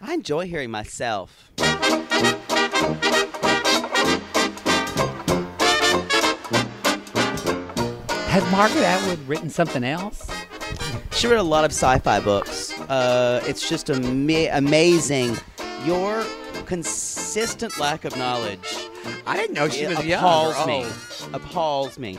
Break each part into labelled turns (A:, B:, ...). A: I enjoy hearing myself.
B: Has Margaret Atwood written something else?
A: She read a lot of sci-fi books. Uh, it's just ama- amazing your consistent lack of knowledge.
C: I didn't know she
A: It
C: was young.
A: appalls
C: or
A: me.
C: old.
A: Appalls me.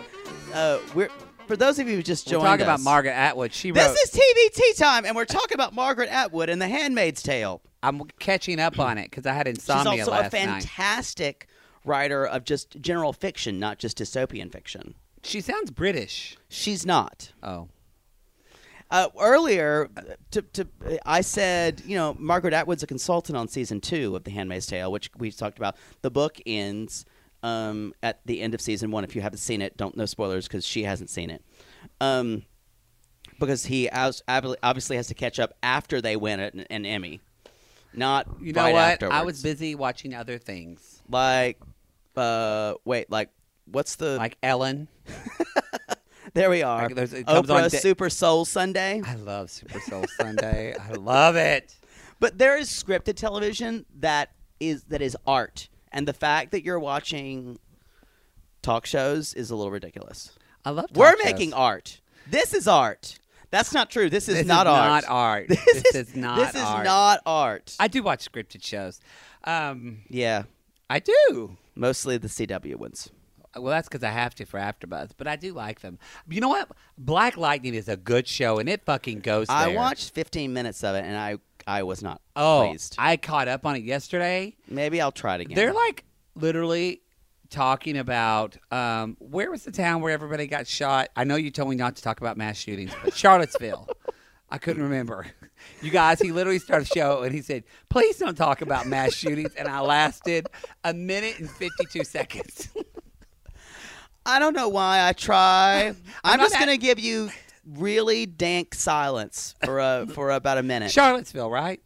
A: Uh, we're for those of you who just
B: We're
A: joined
B: talking about
A: us,
B: Margaret Atwood. She
A: This
B: wrote.
A: is TVT time, and we're talking about Margaret Atwood and The Handmaid's Tale.
B: I'm catching up on it because I had
A: She's
B: insomnia
A: also
B: last
A: a
B: night.
A: fantastic writer of just general fiction, not just dystopian fiction.
B: She sounds British.
A: She's not.
B: Oh,
A: Uh, earlier, to, to, I said, you know, Margaret Atwood's a consultant on season two of The Handmaid's Tale, which we talked about. The book ends um, at the end of season one. If you haven't seen it, don't no spoilers because she hasn't seen it. Um, because he as- ab- obviously has to catch up after they win an, an Emmy, not
B: you know
A: right
B: what?
A: afterwards.
B: I was busy watching other things
A: like, uh, wait, like, what's the?
B: like Ellen.
A: there we are.
B: like, there's- it comes on
A: Oprah
B: da-
A: Super Soul Sunday.
B: I love Super Soul Sunday. I love it.
A: But there is scripted television that is that is art, and the fact that you're watching talk shows is a little ridiculous.
B: I love. Talk
A: We're
B: shows.
A: making art. This is art. That's not true. This is
B: This
A: not
B: is
A: art.
B: Not art.
A: This, is,
B: not.
A: This is
B: art.
A: not art.
B: I do watch scripted shows. Um,
A: yeah,
B: I do.
A: mostly the CW ones.
B: Well, that's because I have to for AfterBuzz, but I do like them. You know what? Black Lightning is a good show, and it fucking goes.
A: I
B: there.
A: watched 15 minutes of it, and I I was not
B: Oh,
A: pleased.
B: I caught up on it yesterday.
A: Maybe I'll try it again.
B: They're like literally talking about um, where was the town where everybody got shot. I know you told me not to talk about mass shootings, but Charlottesville. I couldn't remember. You guys, he literally started the show and he said, "Please don't talk about mass shootings," and I lasted a minute and fifty-two seconds.
A: I don't know why I try. I'm,
B: not
A: just
B: at-
A: gonna give you really dank silence for a for about a minute.
B: Charlottesville, right?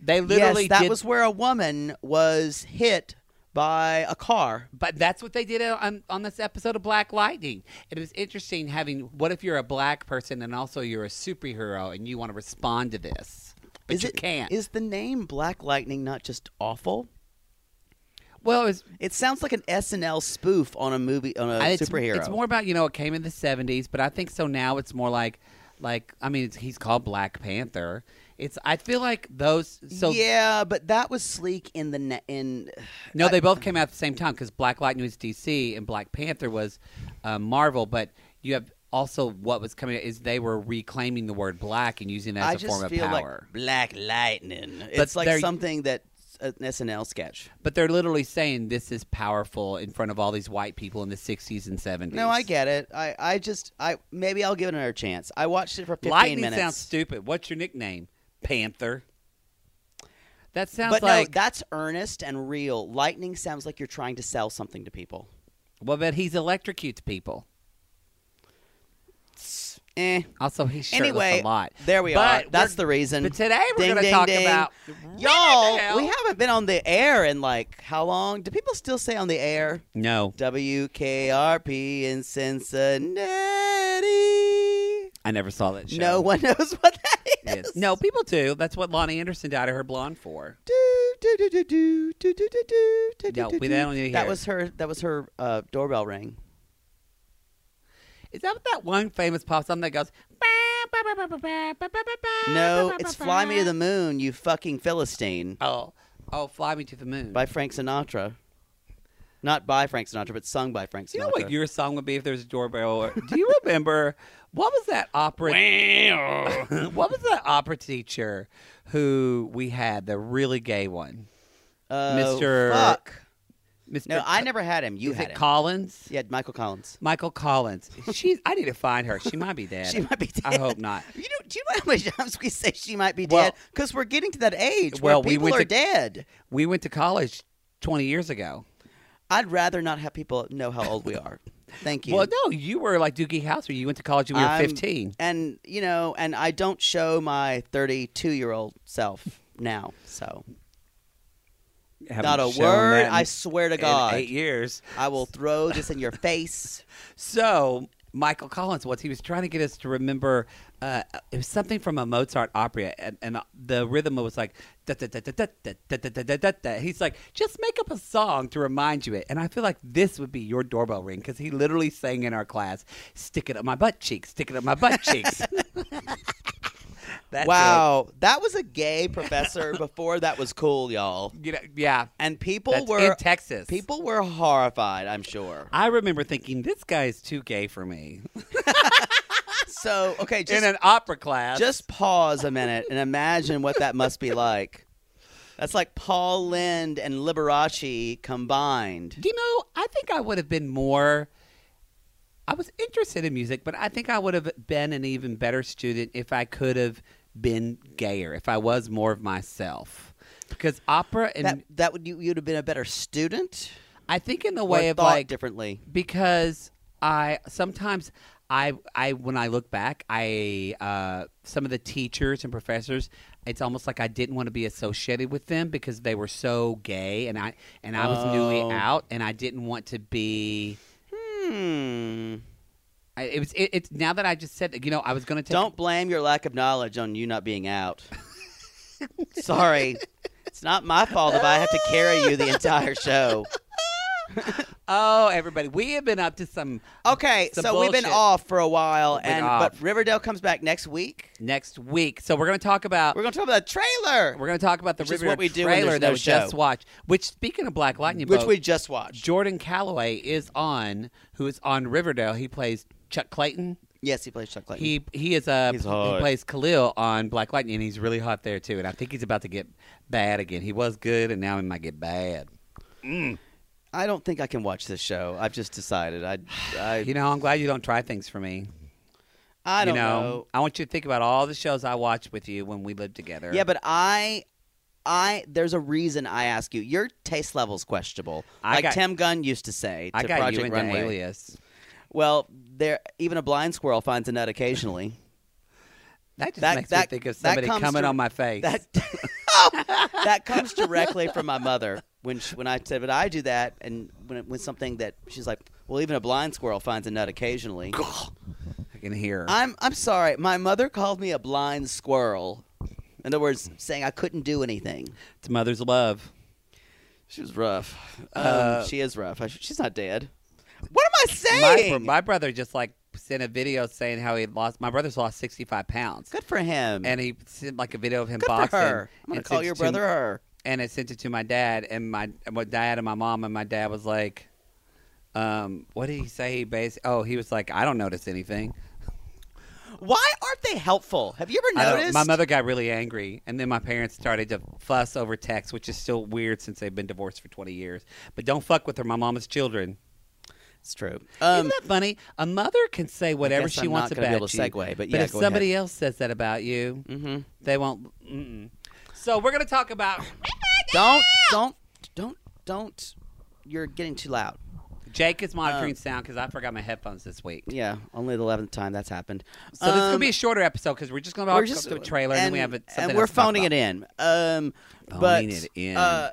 B: They literally
A: yes, that
B: did,
A: was where a woman was hit by a car.
B: but that's what they did on, on this episode of Black Lightning. It was interesting having. What if you're a black person and also you're a superhero and you want to respond to this, but
A: is
B: you
A: it
B: can't?
A: Is the name Black Lightning not just awful?
B: well, it's
A: It sounds like an SNL spoof on a movie on a
B: it's,
A: superhero.
B: It's more about you know it came in the '70s, but I think so now it's more like, like I mean, it's, he's called Black Panther. It's I feel like those so
A: yeah, but that was sleek in the ne- in.
B: No, they both came out at the same time because Black Lightning was DC and Black Panther was uh, Marvel. But you have also what was coming is they were reclaiming the word black and using it as
A: I
B: a
A: just
B: form of
A: feel
B: power.
A: like Black Lightning. It's like
B: they're-
A: something that uh, an SNL sketch.
B: but they're literally saying this is powerful in front of all these white people in the 60s and 70s.
A: No, I get it. I, I just I maybe I'll give it another chance. I watched it for 15
B: Lightning
A: minutes.
B: sounds stupid. What's your nickname? Panther. That sounds
A: but
B: like.
A: no, that's earnest and real. Lightning sounds like you're trying to sell something to people.
B: well, but he's electrocutes people.
A: Eh.
B: Also, he's shirtless
A: Anyway,
B: a lot.
A: There we
B: But
A: are. That's
B: we're-
A: the reason.
B: But today we're
A: Ding,
B: going to
A: ding,
B: talk
A: ding.
B: about
A: y'all. We haven't been on the air in like how long? Do people still say on the air?
B: no.
A: WKRP in Cincinnati.
B: I never saw that show.
A: No one knows what that is.
B: Yes. No, people do. That's what Lonnie Anderson dyed her blonde for.
A: Do, do, do, do, do, do, do, do, do, do,
B: No,
A: do,
B: we
A: do.
B: don't need to
A: That
B: hear it.
A: was her. That was her uh, doorbell ring.
B: Is that what that one famous pop song that goes?
A: No, it's "Fly Me to the Moon," you fucking philistine,
B: Oh, oh, fly me to the moon.
A: by Frank Sinatra. Not by Frank Sinatra, but sung by Frank Sinatra.
B: you know what your song would be if there was a doorbell? Do you remember what was that opera? what was that opera teacher who we had the really gay one,
A: Uh,
B: Mr.
A: Fuck.
B: Mr.
A: No, I never had him. You
B: is
A: had
B: it
A: him.
B: Collins?
A: yeah, Michael Collins.
B: Michael Collins. She's. I need to find her. She might be dead.
A: She might be dead.
B: I hope not.
A: You know, do you know how many times we say she might be
B: Well-
A: dead? Because we're getting to that age
B: Well,
A: where
B: we
A: people
B: went
A: are
B: to-
A: dead.
B: We went to college twenty years ago.
A: I'd rather not have people know how old we are. Thank you.
B: Well, no, you were like Doogie Howser. You went to college when you were
A: I'm-
B: 15.
A: And you know, and I don't show my 32 year old self now. So not a word. I swear to God,
B: eight years.
A: I will throw this in your face.
B: So Michael Collins, was he was trying to get us to remember uh, it was something from a Mozart opera, and, and the rhythm was like da da da da da da da da da da da da. He's like, just make up a song to remind you it. And I feel like this would be your doorbell ring because he literally sang in our class, "Stick it up my butt cheeks, stick it up my butt cheeks." That's it.
A: wow, that was a gay professor before that was cool, y'all.
B: You know, yeah.
A: And people
B: That's
A: were
B: in Texas.
A: people were horrified. I'm sure.
B: I remember thinking this guy is too gay for me
A: So okay, just
B: in an opera class.
A: just pause a minute and imagine what that must be like. That's like Paul Lind and Liberace combined.
B: You know, I think I would have been more. I was interested in music, but I think I would have been an even better student if I could have been gayer, if I was more of myself. Because opera and
A: that that would you you'd have been a better student.
B: I think in the
A: or
B: way of
A: thought
B: like
A: differently.
B: because I sometimes I I when I look back, I uh, some of the teachers and professors, it's almost like I didn't want to be associated with them because they were so gay, and I and I was
A: Oh.
B: newly out, and I didn't want to be.
A: Hmm.
B: I, it was it, it's now that I just said you know I was gonna take
A: Don't blame your lack of knowledge on you not being out. Sorry. It's not my fault if I have to carry you the entire show.
B: oh everybody we have been up to some
A: Okay,
B: Some
A: so we've been
B: bullshit.
A: off for a while,
B: We've been
A: and
B: off.
A: but Riverdale comes back next week.
B: next week so we're gonna talk about
A: We're gonna talk about the trailer,
B: we're gonna talk about the
A: Which is
B: Riverdale
A: what we do when
B: trailer
A: there's
B: that
A: no
B: we
A: show.
B: just watched which speaking of Black Lightning
A: which
B: Bo,
A: we just watched.
B: Jordan Calloway is on who is on Riverdale he plays Chuck Clayton
A: Yes, he plays Chuck Clayton.
B: he he is a
A: He's
B: he
A: hot.
B: plays Khalil on Black Lightning and he's really hot there too and I think he's about to get bad again he was good and now he might get bad
A: I don't think I can watch this show. I've just decided. I, I,
B: you know I'm glad you don't try things for me
A: I don't
B: you know,
A: know.
B: I want you to think about all the shows I watched with you when we lived together.
A: Yeah, but I, I there's a reason I ask you. Your taste level's questionable.
B: I
A: like
B: got-
A: Tim Gunn used to say to
B: I got
A: Project
B: you into
A: Runway.
B: Alias.
A: Well, there even a blind squirrel finds a nut occasionally.
B: That just
A: That-
B: makes
A: that-
B: me think of
A: that
B: somebody
A: comes
B: coming
A: to-
B: on my face.
A: That oh, that comes directly from my mother when she, when I said, "But I do that," and when when something that she's like, "Well, even a blind squirrel finds a nut occasionally."
B: I can hear.
A: I'm I'm sorry. My mother called me a blind squirrel. In other words, saying I couldn't do anything.
B: It's mother's love.
A: She was rough. Um,
B: Uh,
A: she is rough. I sh- she's not dead. What am I
B: My,
A: saying?
B: my brother just like sent a video saying how he lost. My brother's lost sixty five pounds,
A: Good for him.
B: and he sent like a video of him
A: Good for
B: boxing.
A: her. I'm gonna
B: and
A: call
B: sent it
A: your
B: to-
A: brother her.
B: and I sent it to my dad and my my dad and my mom and my dad was like, um, what did he say? He bas- Oh, he was like, I don't notice anything.
A: Why aren't they helpful? Have you
B: I
A: ever
B: don't-
A: noticed?
B: My mother got really angry, and then my parents started to fuss over text, which is still weird since they've been divorced for 20 years. But don't fuck with her. My mama's children.
A: It's true.
B: Isn't
A: Um,
B: that funny? A mother can say whatever
A: guess
B: she
A: I'm
B: wants
A: not
B: about
A: gonna be able to
B: you.
A: segue, but yeah,
B: if
A: go
B: somebody else says that about you,
A: mhm.
B: they won't. Mm-mm. So we're gonna talk about
A: Don't don't don't don't. You're getting too loud.
B: Jake is monitoring
A: Um,
B: sound because I forgot my headphones this week.
A: Yeah, only the eleventh time that's happened.
B: So this is gonna
A: Um,
B: be a shorter episode because we're just gonna
A: we're
B: talk
A: just
B: about the trailer and, then we have a, something
A: and we're
B: else to talk
A: phoning it
B: about.
A: in. Um, but
B: Phoning it in.
A: Uh,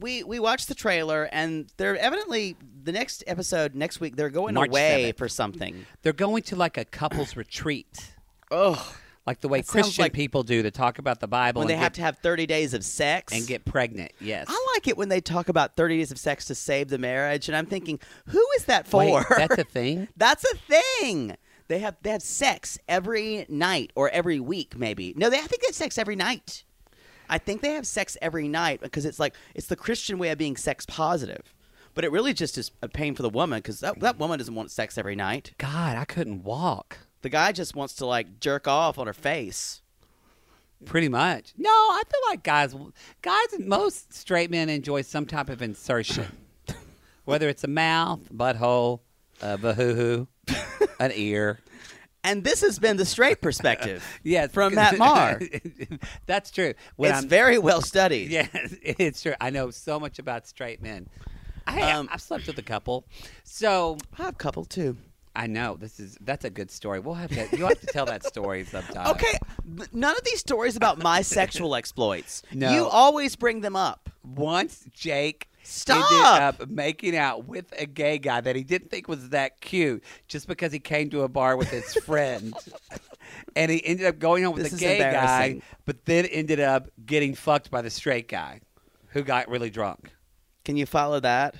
A: we we watched the trailer and they're evidently the next episode next week they're going
B: March
A: away
B: 7th.
A: for something.
B: They're going to like a couples retreat.
A: Oh,
B: like the way
A: That sounds
B: Christian
A: like-
B: people do to talk about the Bible
A: when
B: and
A: they
B: get,
A: have to have thirty days of sex
B: and get pregnant. Yes,
A: I like it when they talk about thirty days of sex to save the marriage, and I'm thinking, who is that for?
B: Wait, that's a thing.
A: That's a thing. They have they have sex every night or every week, maybe. No, they I think they have sex every night. I think they have sex every night because it's like it's the Christian way of being sex positive, but it really just is a pain for the woman because that, that woman doesn't want sex every night.
B: God, I couldn't walk.
A: The guy just wants to like jerk off on her face.
B: Pretty much. No, I feel like guys, guys, most straight men enjoy some type of insertion, whether it's a mouth, butthole, a bahoo, an ear.
A: And this has been the straight perspective.
B: Yeah,
A: From Matt Maher.
B: That's true. When
A: it's
B: I'm-
A: very well studied.
B: Yes, it's true. I know so much about straight men. I,
A: Um,
B: I've slept with a couple, so
A: I have a couple too.
B: I know this is that's a good story. We'll have to you'll have to tell that story sometime.
A: Okay, th- none of these stories about my sexual exploits.
B: No.
A: You always bring them up.
B: Once Jake
A: Stop!
B: ended up making out with a gay guy that he didn't think was that cute just because he came to a bar with his friend. and he ended up going on with
A: This
B: the
A: is
B: gay guy,
A: embarrassing.
B: but then ended up getting fucked by the straight guy, who got really drunk.
A: Can you follow that?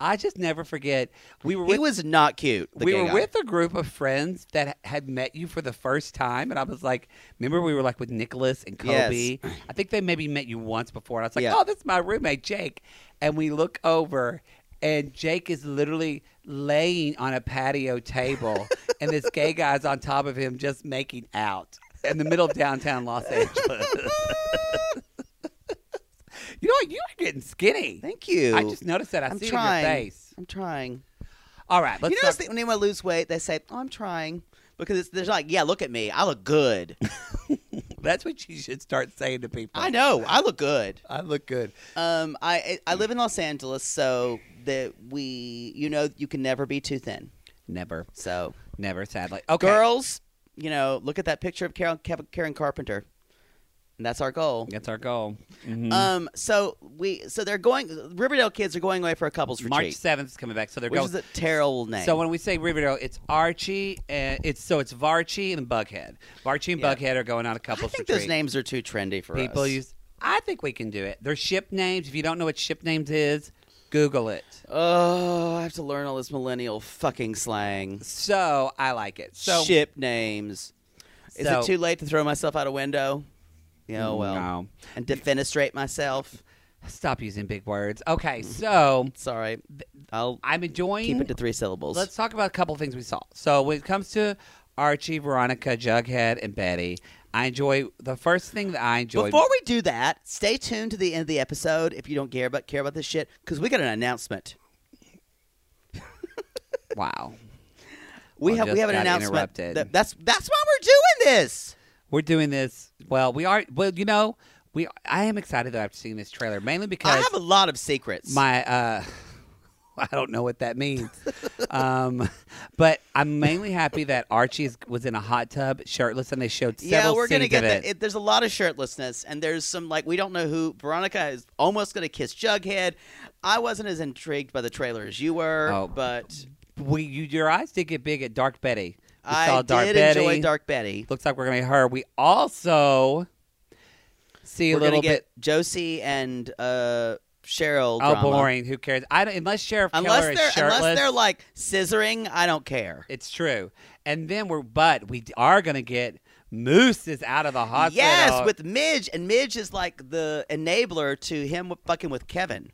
B: I just never forget. We were
A: He
B: with
A: was not cute. the
B: we
A: gay
B: were
A: guy.
B: with a group of friends that had met you for the first time, and I was like, remember we were like with Nicholas and
A: Yes.
B: Kobe. I think they maybe met you once before, and I was like,
A: Yeah.
B: oh, that's my roommate Jake. And we look over, and Jake is literally laying on a patio table, and this gay guy's on top of him just making out in the middle of downtown Los Angeles. you know, what? you are getting skinny.
A: Thank you.
B: I just noticed that. I
A: I'm
B: see
A: trying.
B: it in your face.
A: I'm trying.
B: All right, let's
A: you
B: talk-
A: notice that when anyone lose weight, they say, "Oh, I'm trying," because it's, they're like, "Yeah, look at me. I look good.
B: That's what you should start saying to people.
A: I know. I look good."
B: I look good.
A: Um, I I I live in Los Angeles, so that we, you know, you can never be too thin.
B: Never,
A: So,
B: never, sadly. Okay.
A: girls, you know, look at that picture of Karen, Kev- Karen Carpenter. And that's our goal.
B: That's our goal. Mhm.
A: Um, so we, so they're going. Riverdale kids are going away for a couples retreat,
B: March 7th is coming back, so they're
A: which
B: going.
A: is a terrible name.
B: so when we say Riverdale, it's Archie and it's so it's Varchie and Bughead. Varchie and
A: Yeah.
B: Bughead are going on a
A: I
B: couple.
A: think
B: retreat.
A: those names are too trendy for
B: people
A: us.
B: use. I think we can do it. They're ship names. If you don't know what ship names is, Google it.
A: Oh, I have to learn all this millennial fucking slang.
B: So I like it. So
A: Ship names. Is
B: So-
A: it too late to throw myself out a window? Yeah, well,
B: No.
A: and defenestrate myself.
B: Stop using big words. Okay, so
A: Sorry, I'll
B: I'm enjoying.
A: keep it to three syllables.
B: Let's talk about a couple things we saw. So when it comes to Archie, Veronica, Jughead, and Betty, I enjoy the first thing that I enjoy.
A: Before we do that, stay tuned to the end of the episode if you don't care about care about this shit, because we got an announcement.
B: wow,
A: We
B: I
A: have we
B: just
A: have an
B: got
A: announcement.
B: interrupted.
A: that- that's that's why we're doing this.
B: we're doing this. Well, we are. Well, you know, we. I am excited though after seeing this trailer, mainly
A: I
B: because
A: have a lot of secrets.
B: my. uh I don't know what that means, um, but I'm mainly happy that Archie is- was in a hot tub, shirtless, and they showed
A: yeah,
B: several
A: we're
B: scenes
A: gonna get
B: of
A: that.
B: it.
A: It, there's a lot of shirtlessness, and there's some like we don't know who Veronica is almost gonna kiss Jughead. I wasn't as intrigued by the trailer as you were,
B: Oh,
A: but
B: we, you, your eyes did get big at Dark Betty. We
A: I
B: saw
A: did
B: Dark Betty.
A: enjoy Dark Betty.
B: looks like we're gonna be her. We also see
A: We're
B: a little
A: gonna get
B: bit.
A: Josie and uh, Cheryl.
B: Oh,
A: drama.
B: boring. Who cares? I don't, unless Sheriff Keller
A: Unless
B: is
A: they're
B: shirtless.
A: unless they're like scissoring, I don't care.
B: it's true. And then we're, but we are gonna get Moose is out of the hospital.
A: Yes, with Midge, and Midge is like the enabler to him fucking with Kevin.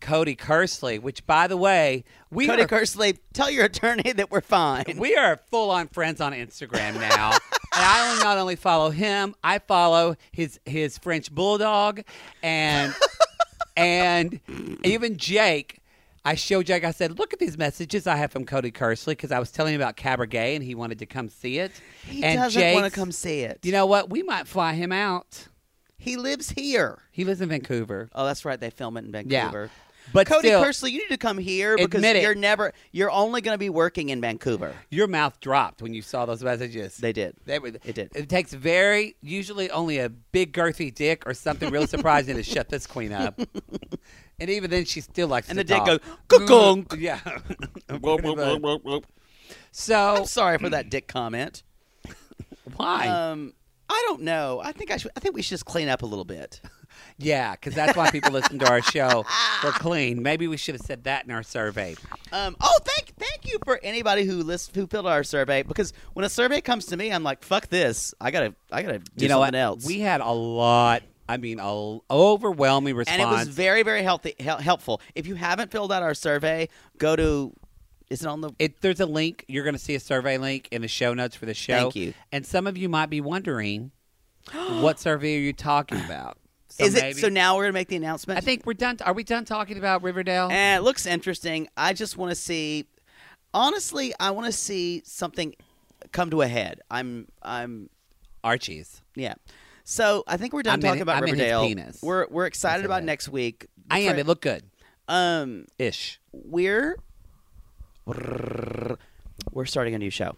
B: Cody Kersley. Which, by the way, we
A: Cody
B: are,
A: Kersley, tell your attorney that we're fine.
B: we are full on friends on Instagram now. and I only- not only follow him, I follow his his French bulldog and and even Jake. I showed Jake, I said, look at these messages I have from Cody Kersley because I was telling him about Cabergay and he wanted to come see it.
A: He
B: and
A: doesn't want to
B: Jake's-
A: come see it.
B: You know what? We might fly him out.
A: he lives here.
B: He lives in Vancouver.
A: Oh, that's right. They film it in
B: Yeah.
A: Vancouver.
B: But
A: Cody
B: still,
A: Kersley, you need to come here because
B: Admit it.
A: you're never. You're only going to be working in Vancouver.
B: your mouth dropped when you saw those messages.
A: They did.
B: They were,
A: It did.
B: It takes very usually only a big girthy dick or something really surprising to shut this queen up. and even then, she still likes.
A: And
B: to
A: the dick
B: talk.
A: goes, "Cuckunk."
B: Yeah. Pretty much. so
A: I'm sorry for
B: mm.
A: that dick comment.
B: why?
A: Um, I don't know. I think I should. I think we should just clean up a little bit.
B: yeah, because that's why people listen to our show. We're clean. Maybe we should have said that in our survey.
A: Um, oh, thank thank you for anybody who list who filled our survey because when a survey comes to me, I'm like, fuck this. I gotta I gotta do
B: you know
A: something
B: what?
A: else.
B: We had a lot. I mean, a l- overwhelming response.
A: and it was very very healthy hel- helpful. If you haven't filled out our survey, go to is it on the
B: it, there's a link. You're going to see a survey link in the show notes for the show.
A: Thank you.
B: And some of you might be wondering, what survey are you talking about? So
A: is it
B: maybe-
A: so now we're gonna make the announcement.
B: I think we're done. Are we done talking about Riverdale?
A: Eh, it looks interesting. I just want to see. Honestly, I want to see something come to a head. I'm I'm
B: Archie's.
A: yeah. So I think we're done
B: I'm in
A: talking
B: it-
A: about
B: I'm in his
A: Riverdale.
B: penis.
A: We're we're excited
B: That's
A: about
B: it.
A: next week.
B: I am.
A: Fra-
B: It looked good.
A: um.
B: Ish.
A: we're we're starting a new show,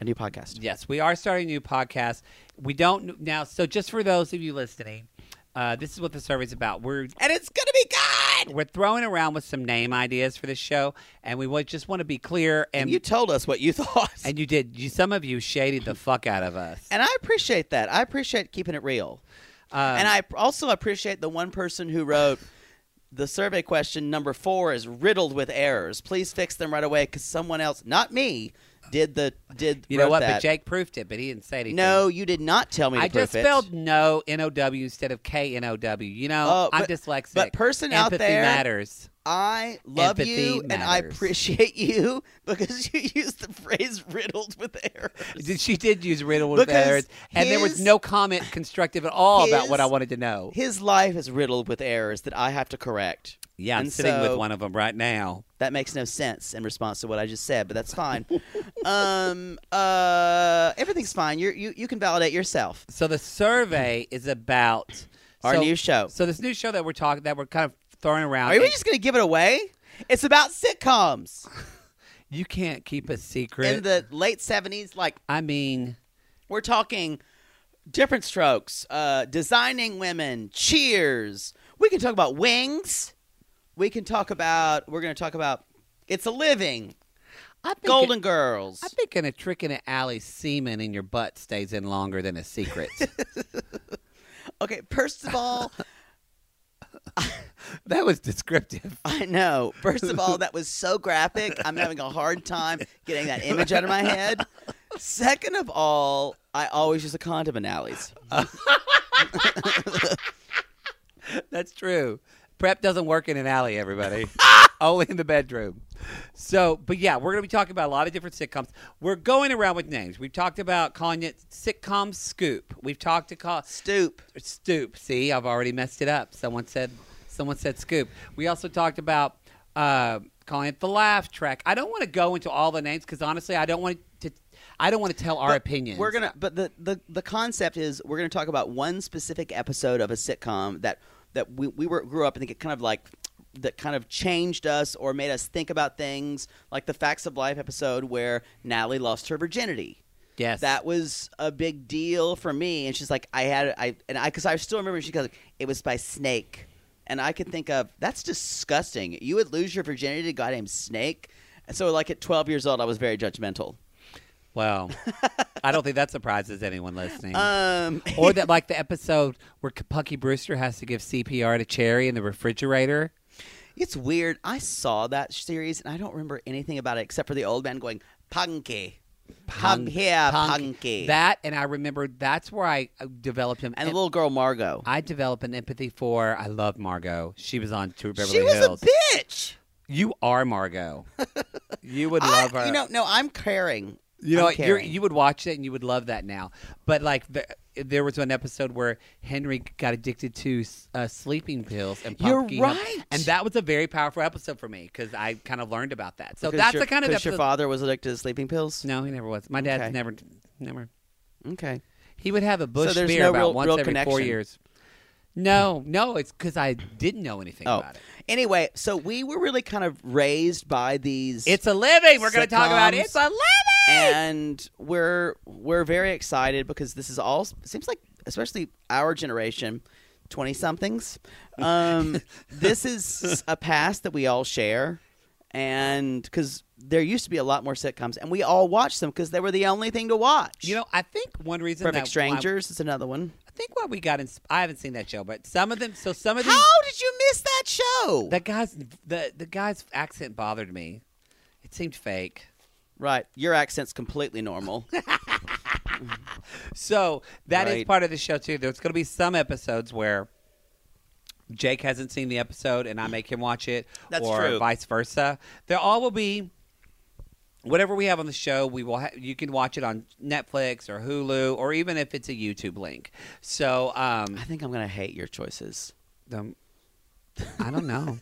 A: a new podcast.
B: Yes, we are starting a new podcast. We don't now. So just for those of you listening, uh, this is what the survey's about. We're
A: And it's going to be God!
B: We're throwing around with some name ideas for this show, and we would just want to be clear. And,
A: And you told us what you thought.
B: and you did. You some of you shaded the fuck out of us.
A: And I appreciate that. I appreciate keeping it real.
B: Um, Uh,
A: and I also appreciate the one person who wrote the survey question number four is riddled with errors. Please fix them right away because someone else, not me, did the did.
B: you know
A: wrote
B: what?
A: That.
B: But Jake proofed it, but he didn't say anything.
A: no, you did not tell me. To
B: I just
A: proof it.
B: spelled no N O W instead of K N O W. You know,
A: Oh,
B: I'm
A: but-
B: dyslexic.
A: but person out
B: Empathy
A: there-
B: matters.
A: I love
B: Empathy
A: you and I
B: matters.
A: appreciate you because you used the phrase riddled with errors.
B: Did- She did use riddle with
A: Because
B: errors, and there was
A: his-
B: no comment constructive at all about what I
A: his-
B: wanted to know.
A: His life is riddled with errors that I have to correct.
B: Yeah, I'm
A: and
B: sitting with
A: so-
B: one of them right now.
A: That makes no sense in response to what I just said, but that's fine. um, uh, everything's fine. You're, you you can validate yourself.
B: So the survey is about
A: Our
B: so-
A: new show.
B: So this new show that we're talking, that we're kind of throwing around.
A: Are we
B: it-
A: just going to give it away? It's about sitcoms
B: you can't keep a secret.
A: in the late seventies. Like
B: I mean,
A: we're talking different strokes, uh, designing women, Cheers. We can talk about Wings. We can talk about. We're going to talk about. It's a living.
B: I think
A: Golden Girls.
B: I think in a trick in an alley, semen in your butt stays in longer than a secret.
A: Okay, first of all,
B: that was descriptive.
A: I know. First of all, that was so graphic. I'm having a hard time getting that image out of my head. Second of all, I always use a condom in alleys.
B: That's true. Prep doesn't work in an alley, everybody. Only in the bedroom. So, but yeah, we're going to be talking about a lot of different sitcoms. We're going around with names. We've talked about calling it sitcom scoop. We've talked to call
A: Stoop.
B: stoop. See, I've already messed it up. Someone said, someone said scoop. We also talked about uh, calling it the laugh track. I don't want to go into all the names because honestly, I don't want to. I don't want to tell our opinions.
A: We're gonna, but the, the the concept is we're gonna talk about one specific episode of a sitcom that that we, we were grew up and think it kind of like that kind of changed us or made us think about things like the facts of life episode where Natalie lost her virginity.
B: yes.
A: that was a big deal for me. And she's like, I had, I, and I, because I still remember she goes, it was by snake. And I could think of, that's disgusting. You would lose your virginity to a goddamn snake. And so, like, at 12 years old, I was very judgmental.
B: well, I don't think that surprises anyone listening.
A: Um,
B: or that like the episode where Kapucky Brewster has to give CPR to Cherry in the refrigerator.
A: it's weird. I saw that series and I don't remember anything about it except for the old man going, Punky. Come
B: Punk-
A: here,
B: punk-
A: Punky.
B: That and I remember that's where I uh, developed him.
A: and the little girl, Margot.
B: I developed an empathy for. I love Margot. She was on True Beverly
A: She was
B: Hills.
A: a bitch.
B: you are Margot. you would love
A: I-
B: her.
A: You know, no, I'm caring.
B: You know,
A: I'm
B: what, you're,
A: caring.
B: you would watch it and you would love that now. But like, the, there was one episode where Henry got addicted to uh, sleeping pills and
A: You're
B: pumpkin help.
A: right.
B: and that was a very powerful episode for me because I kind of learned about that. So
A: Because
B: that's
A: your-
B: the kind of
A: because
B: episode.
A: your father was addicted to sleeping pills.
B: no, he never was. My dad's
A: Okay.
B: never, never.
A: Okay.
B: He would have a bush
A: there's
B: beer
A: no
B: about
A: real-
B: once
A: real
B: every four
A: connection.
B: years. No, no, it's because I didn't know anything
A: Oh,
B: about it.
A: anyway, so we were really kind of raised by these,
B: It's a living. We're going to talk about it.
A: Sitcoms.
B: it's a living.
A: and we're we're very excited because this is all seems like, especially our generation, twenty somethings. Um, this is a past that we all share, and because there used to be a lot more sitcoms, and we all watched them because they were the only thing to watch.
B: You know, I think one reason
A: Perfect
B: that
A: Strangers is another one.
B: I think why we got in. I haven't seen that show, but some of them. So some of these.
A: How did you miss that show?
B: That guy's the the guy's accent bothered me. It seemed fake.
A: right, your accent's completely normal.
B: So that is
A: Right.
B: part of the show too. There's going to be some episodes where Jake hasn't seen the episode and I make him watch it,
A: That's
B: or
A: true.
B: vice versa. There all will be whatever we have on the show. We will ha- you can watch it on Netflix or Hulu or even if it's a YouTube link. So um,
A: I think I'm gonna hate your choices.
B: Um, I don't know.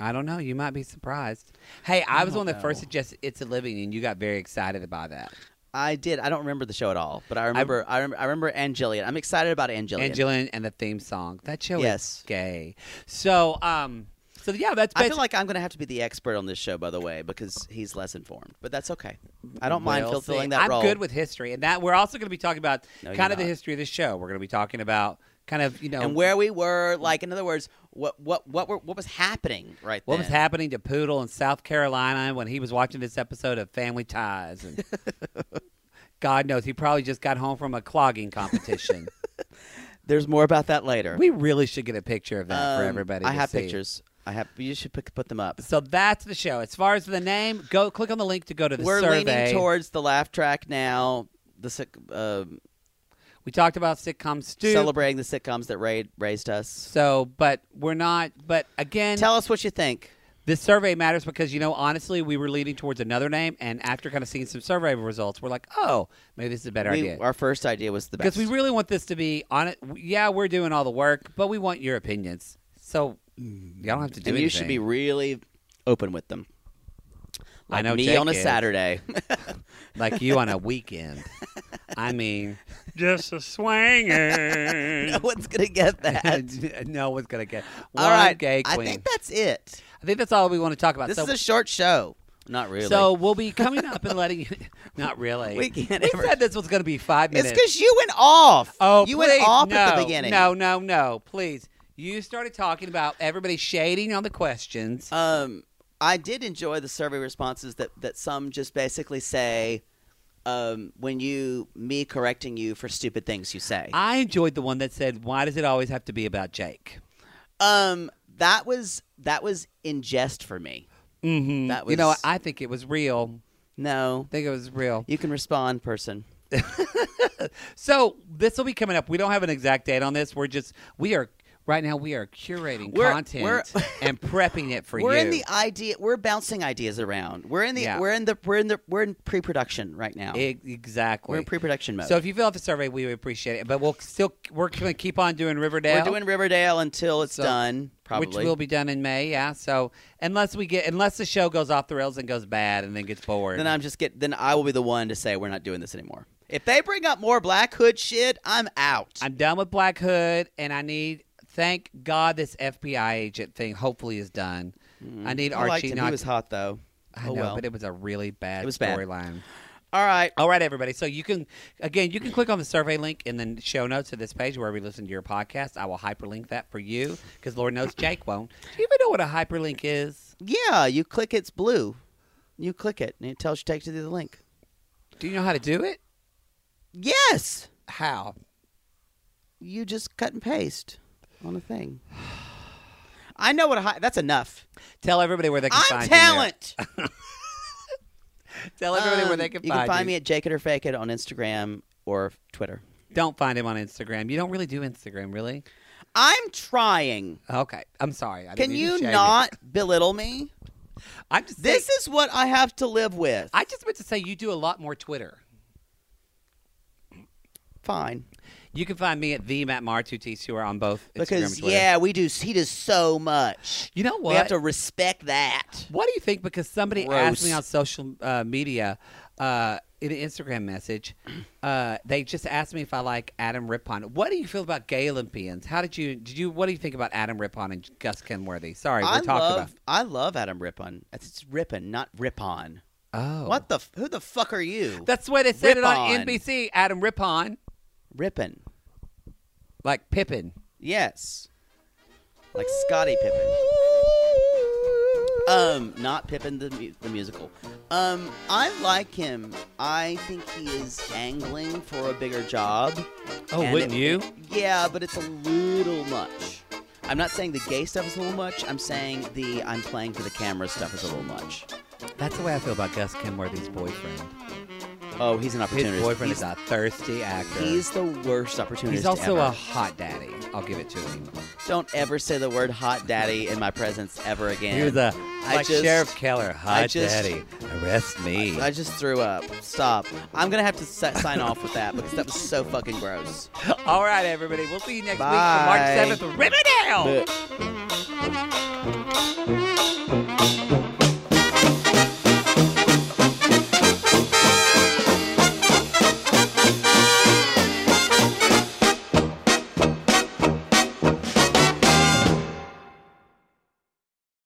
B: I don't know. You might be surprised. Hey, I, was
A: don't
B: one that first
A: know.
B: suggested "It's a Living," and you got very excited about that.
A: I did. I don't remember the show at all, but I remember. I, rem- I remember Angelian. I'm excited about Angelian.
B: Angela and the theme song. That show
A: Yes.
B: is gay. So, um, So yeah, that's
A: I
B: best.
A: feel like I'm going to have to be the expert on this show, by the way, because he's less informed. But that's okay. I don't mind
B: We'll see.
A: fulfilling that
B: I'm
A: role.
B: good with history, and that we're also going to be talking about
A: No, you're
B: kind of the
A: not.
B: history of the show. We're going to be talking about kind of you know
A: and where we were, like in other words, what what what were, what was happening right
B: what
A: then?
B: was happening to Poodle in South Carolina when he was watching this episode of Family Ties, and God knows he probably just got home from a clogging competition.
A: There's more about that later.
B: we really should get a picture of that for
A: Um,
B: everybody.
A: I
B: to
A: have
B: see.
A: pictures. I have. You should pick, put them up.
B: So that's the show. As far as the name, go click on the link to go to the
A: We're
B: survey.
A: leaning towards the laugh track now. The sick- um
B: we talked about sitcom stew.
A: celebrating the sitcoms that ra- raised us.
B: so, but we're not. But again,
A: Tell us what you think.
B: this survey matters because you know honestly we were leaning towards another name and after kind of seeing some survey results we're like oh maybe this is a better
A: We-
B: idea
A: our first idea was the best.
B: because we really want this to be on it yeah we're doing all the work but we want your opinions so y'all don't have to do
A: and
B: anything
A: you should be really open with them.
B: I
A: Like
B: know
A: me
B: Jake
A: on a
B: is.
A: Saturday.
B: like you on a weekend i mean
C: Just a swanger.
A: no one's gonna get that.
B: no one's gonna get one
A: all right,
B: gay queen
A: I think that's it.
B: I think that's all we want to talk about
A: This
B: so,
A: is a short show. Not really.
B: so we'll be coming up and letting you not really
A: We can't
B: we
A: ever-
B: said this was gonna be five
A: it's
B: minutes
A: because you went off.
B: Oh,
A: you
B: please,
A: went off
B: no,
A: at the beginning.
B: No, no, no, please. You started talking about everybody shading on the questions.
A: Um, I did enjoy the survey responses that that some just basically say, um, when you me correcting you for stupid things you say.
B: I enjoyed the one that said, "Why does it always have to be about Jake?"
A: um, that was that was in jest for me.
B: Mm-hmm.
A: That
B: you know,
A: was-
B: I think it was real.
A: No,
B: I think it was real.
A: you can respond, person.
B: So this will be coming up. We don't have an exact date on this. We're just we are right now. We are curating
A: We're-
B: content
A: we're-
B: and prepping it for
A: we're
B: you.
A: in the idea. We're bouncing ideas around. We're in the.
B: Yeah.
A: We're in the. We're in the. We're in pre-production right now.
B: E- exactly.
A: we're in pre-production mode.
B: so if you fill out the survey, we would appreciate it. But we'll still we're going to keep on doing Riverdale.
A: we're doing Riverdale until it's
B: So-
A: done, probably.
B: Which will be done in May, yeah. So unless we get unless the show goes off the rails and goes bad and then gets bored.
A: Then I'm just get. Then I will be the one to say we're not doing this anymore. If they bring up more Black Hood shit, I'm out.
B: I'm done with Black Hood and I need thank God this FBI agent thing hopefully is done. I need
A: Mm-hmm. I liked
B: Archie
A: him.
B: not
A: He was hot though.
B: I
A: oh,
B: know,
A: well.
B: but it was a really bad
A: It was bad.
B: storyline.
A: All right.
B: All right, everybody. So you can again you can click on the survey link in the show notes of this page wherever you listen to your podcast. I will hyperlink that for you because Lord knows Jake won't. Do you even know what a hyperlink is?
A: Yeah, you click it's blue. You click it and it tells you take you to the link.
B: Do you know how to do it?
A: Yes.
B: How?
A: You just cut and paste on a thing. I know what a high, that's enough.
B: Tell everybody where they can
A: I'm
B: find you there.
A: talent.
B: Tell everybody where
A: Um,
B: they can
A: you
B: find
A: can find
B: you.
A: me at Jake It or Fake It on Instagram or Twitter.
B: Don't find him on Instagram. You don't really do Instagram, really?
A: I'm trying.
B: Okay. I'm sorry. I didn't
A: Can
B: mean to
A: you
B: shame
A: not belittle me?
B: I'm just
A: This
B: this.
A: is what I have to live with.
B: I just meant to say you do a lot more Twitter.
A: Fine.
B: You can find me at the Matt Mar two T's who are on both Instagram
A: Because
B: and Twitter.
A: yeah, we do he does so much.
B: You know what?
A: We have to respect that.
B: What do you think? Because somebody asked me
A: Gross.
B: on social uh, media uh, in an Instagram message, uh, they just asked me if I like Adam Rippon. What do you feel about gay Olympians? How did you did you? What do you think about Adam Rippon and Gus Kenworthy? Sorry, we're
A: I
B: talking
A: love
B: about.
A: I love Adam Rippon. It's- It's Rippon, not Rippon.
B: Oh,
A: What the f- who the fuck are you?
B: That's the way they said it on
A: Rippon.
B: NBC. Adam Rippon,
A: Rippon.
B: like Pippin.
A: Yes. Like Scotty Pippin. Um, not Pippin the, mu- the musical. Um, I like him. I think he is angling for a bigger job.
B: Oh,
A: And
B: wouldn't
A: it-
B: you?
A: Yeah, but it's a little much. I'm not saying the gay stuff is a little much. I'm saying the I'm playing for the camera stuff is a little much.
B: That's the way I feel about Gus Kenworthy's boyfriend.
A: Oh, he's an
B: His
A: opportunist.
B: boyfriend
A: he's,
B: is a thirsty actor.
A: he's the worst opportunist.
B: He's also
A: ever.
B: a hot daddy. I'll give it to him.
A: Don't ever say the word hot daddy in my presence ever again.
B: He was a
A: I
B: like
A: just-
B: Sheriff Keller, hot
A: just-
B: daddy. Arrest me.
A: I just threw up. Stop. I'm going to have to si- sign off with that because that was so fucking gross.
B: All right, everybody. We'll see you next
A: Bye.
B: week for March 7th, Riverdale.
A: But-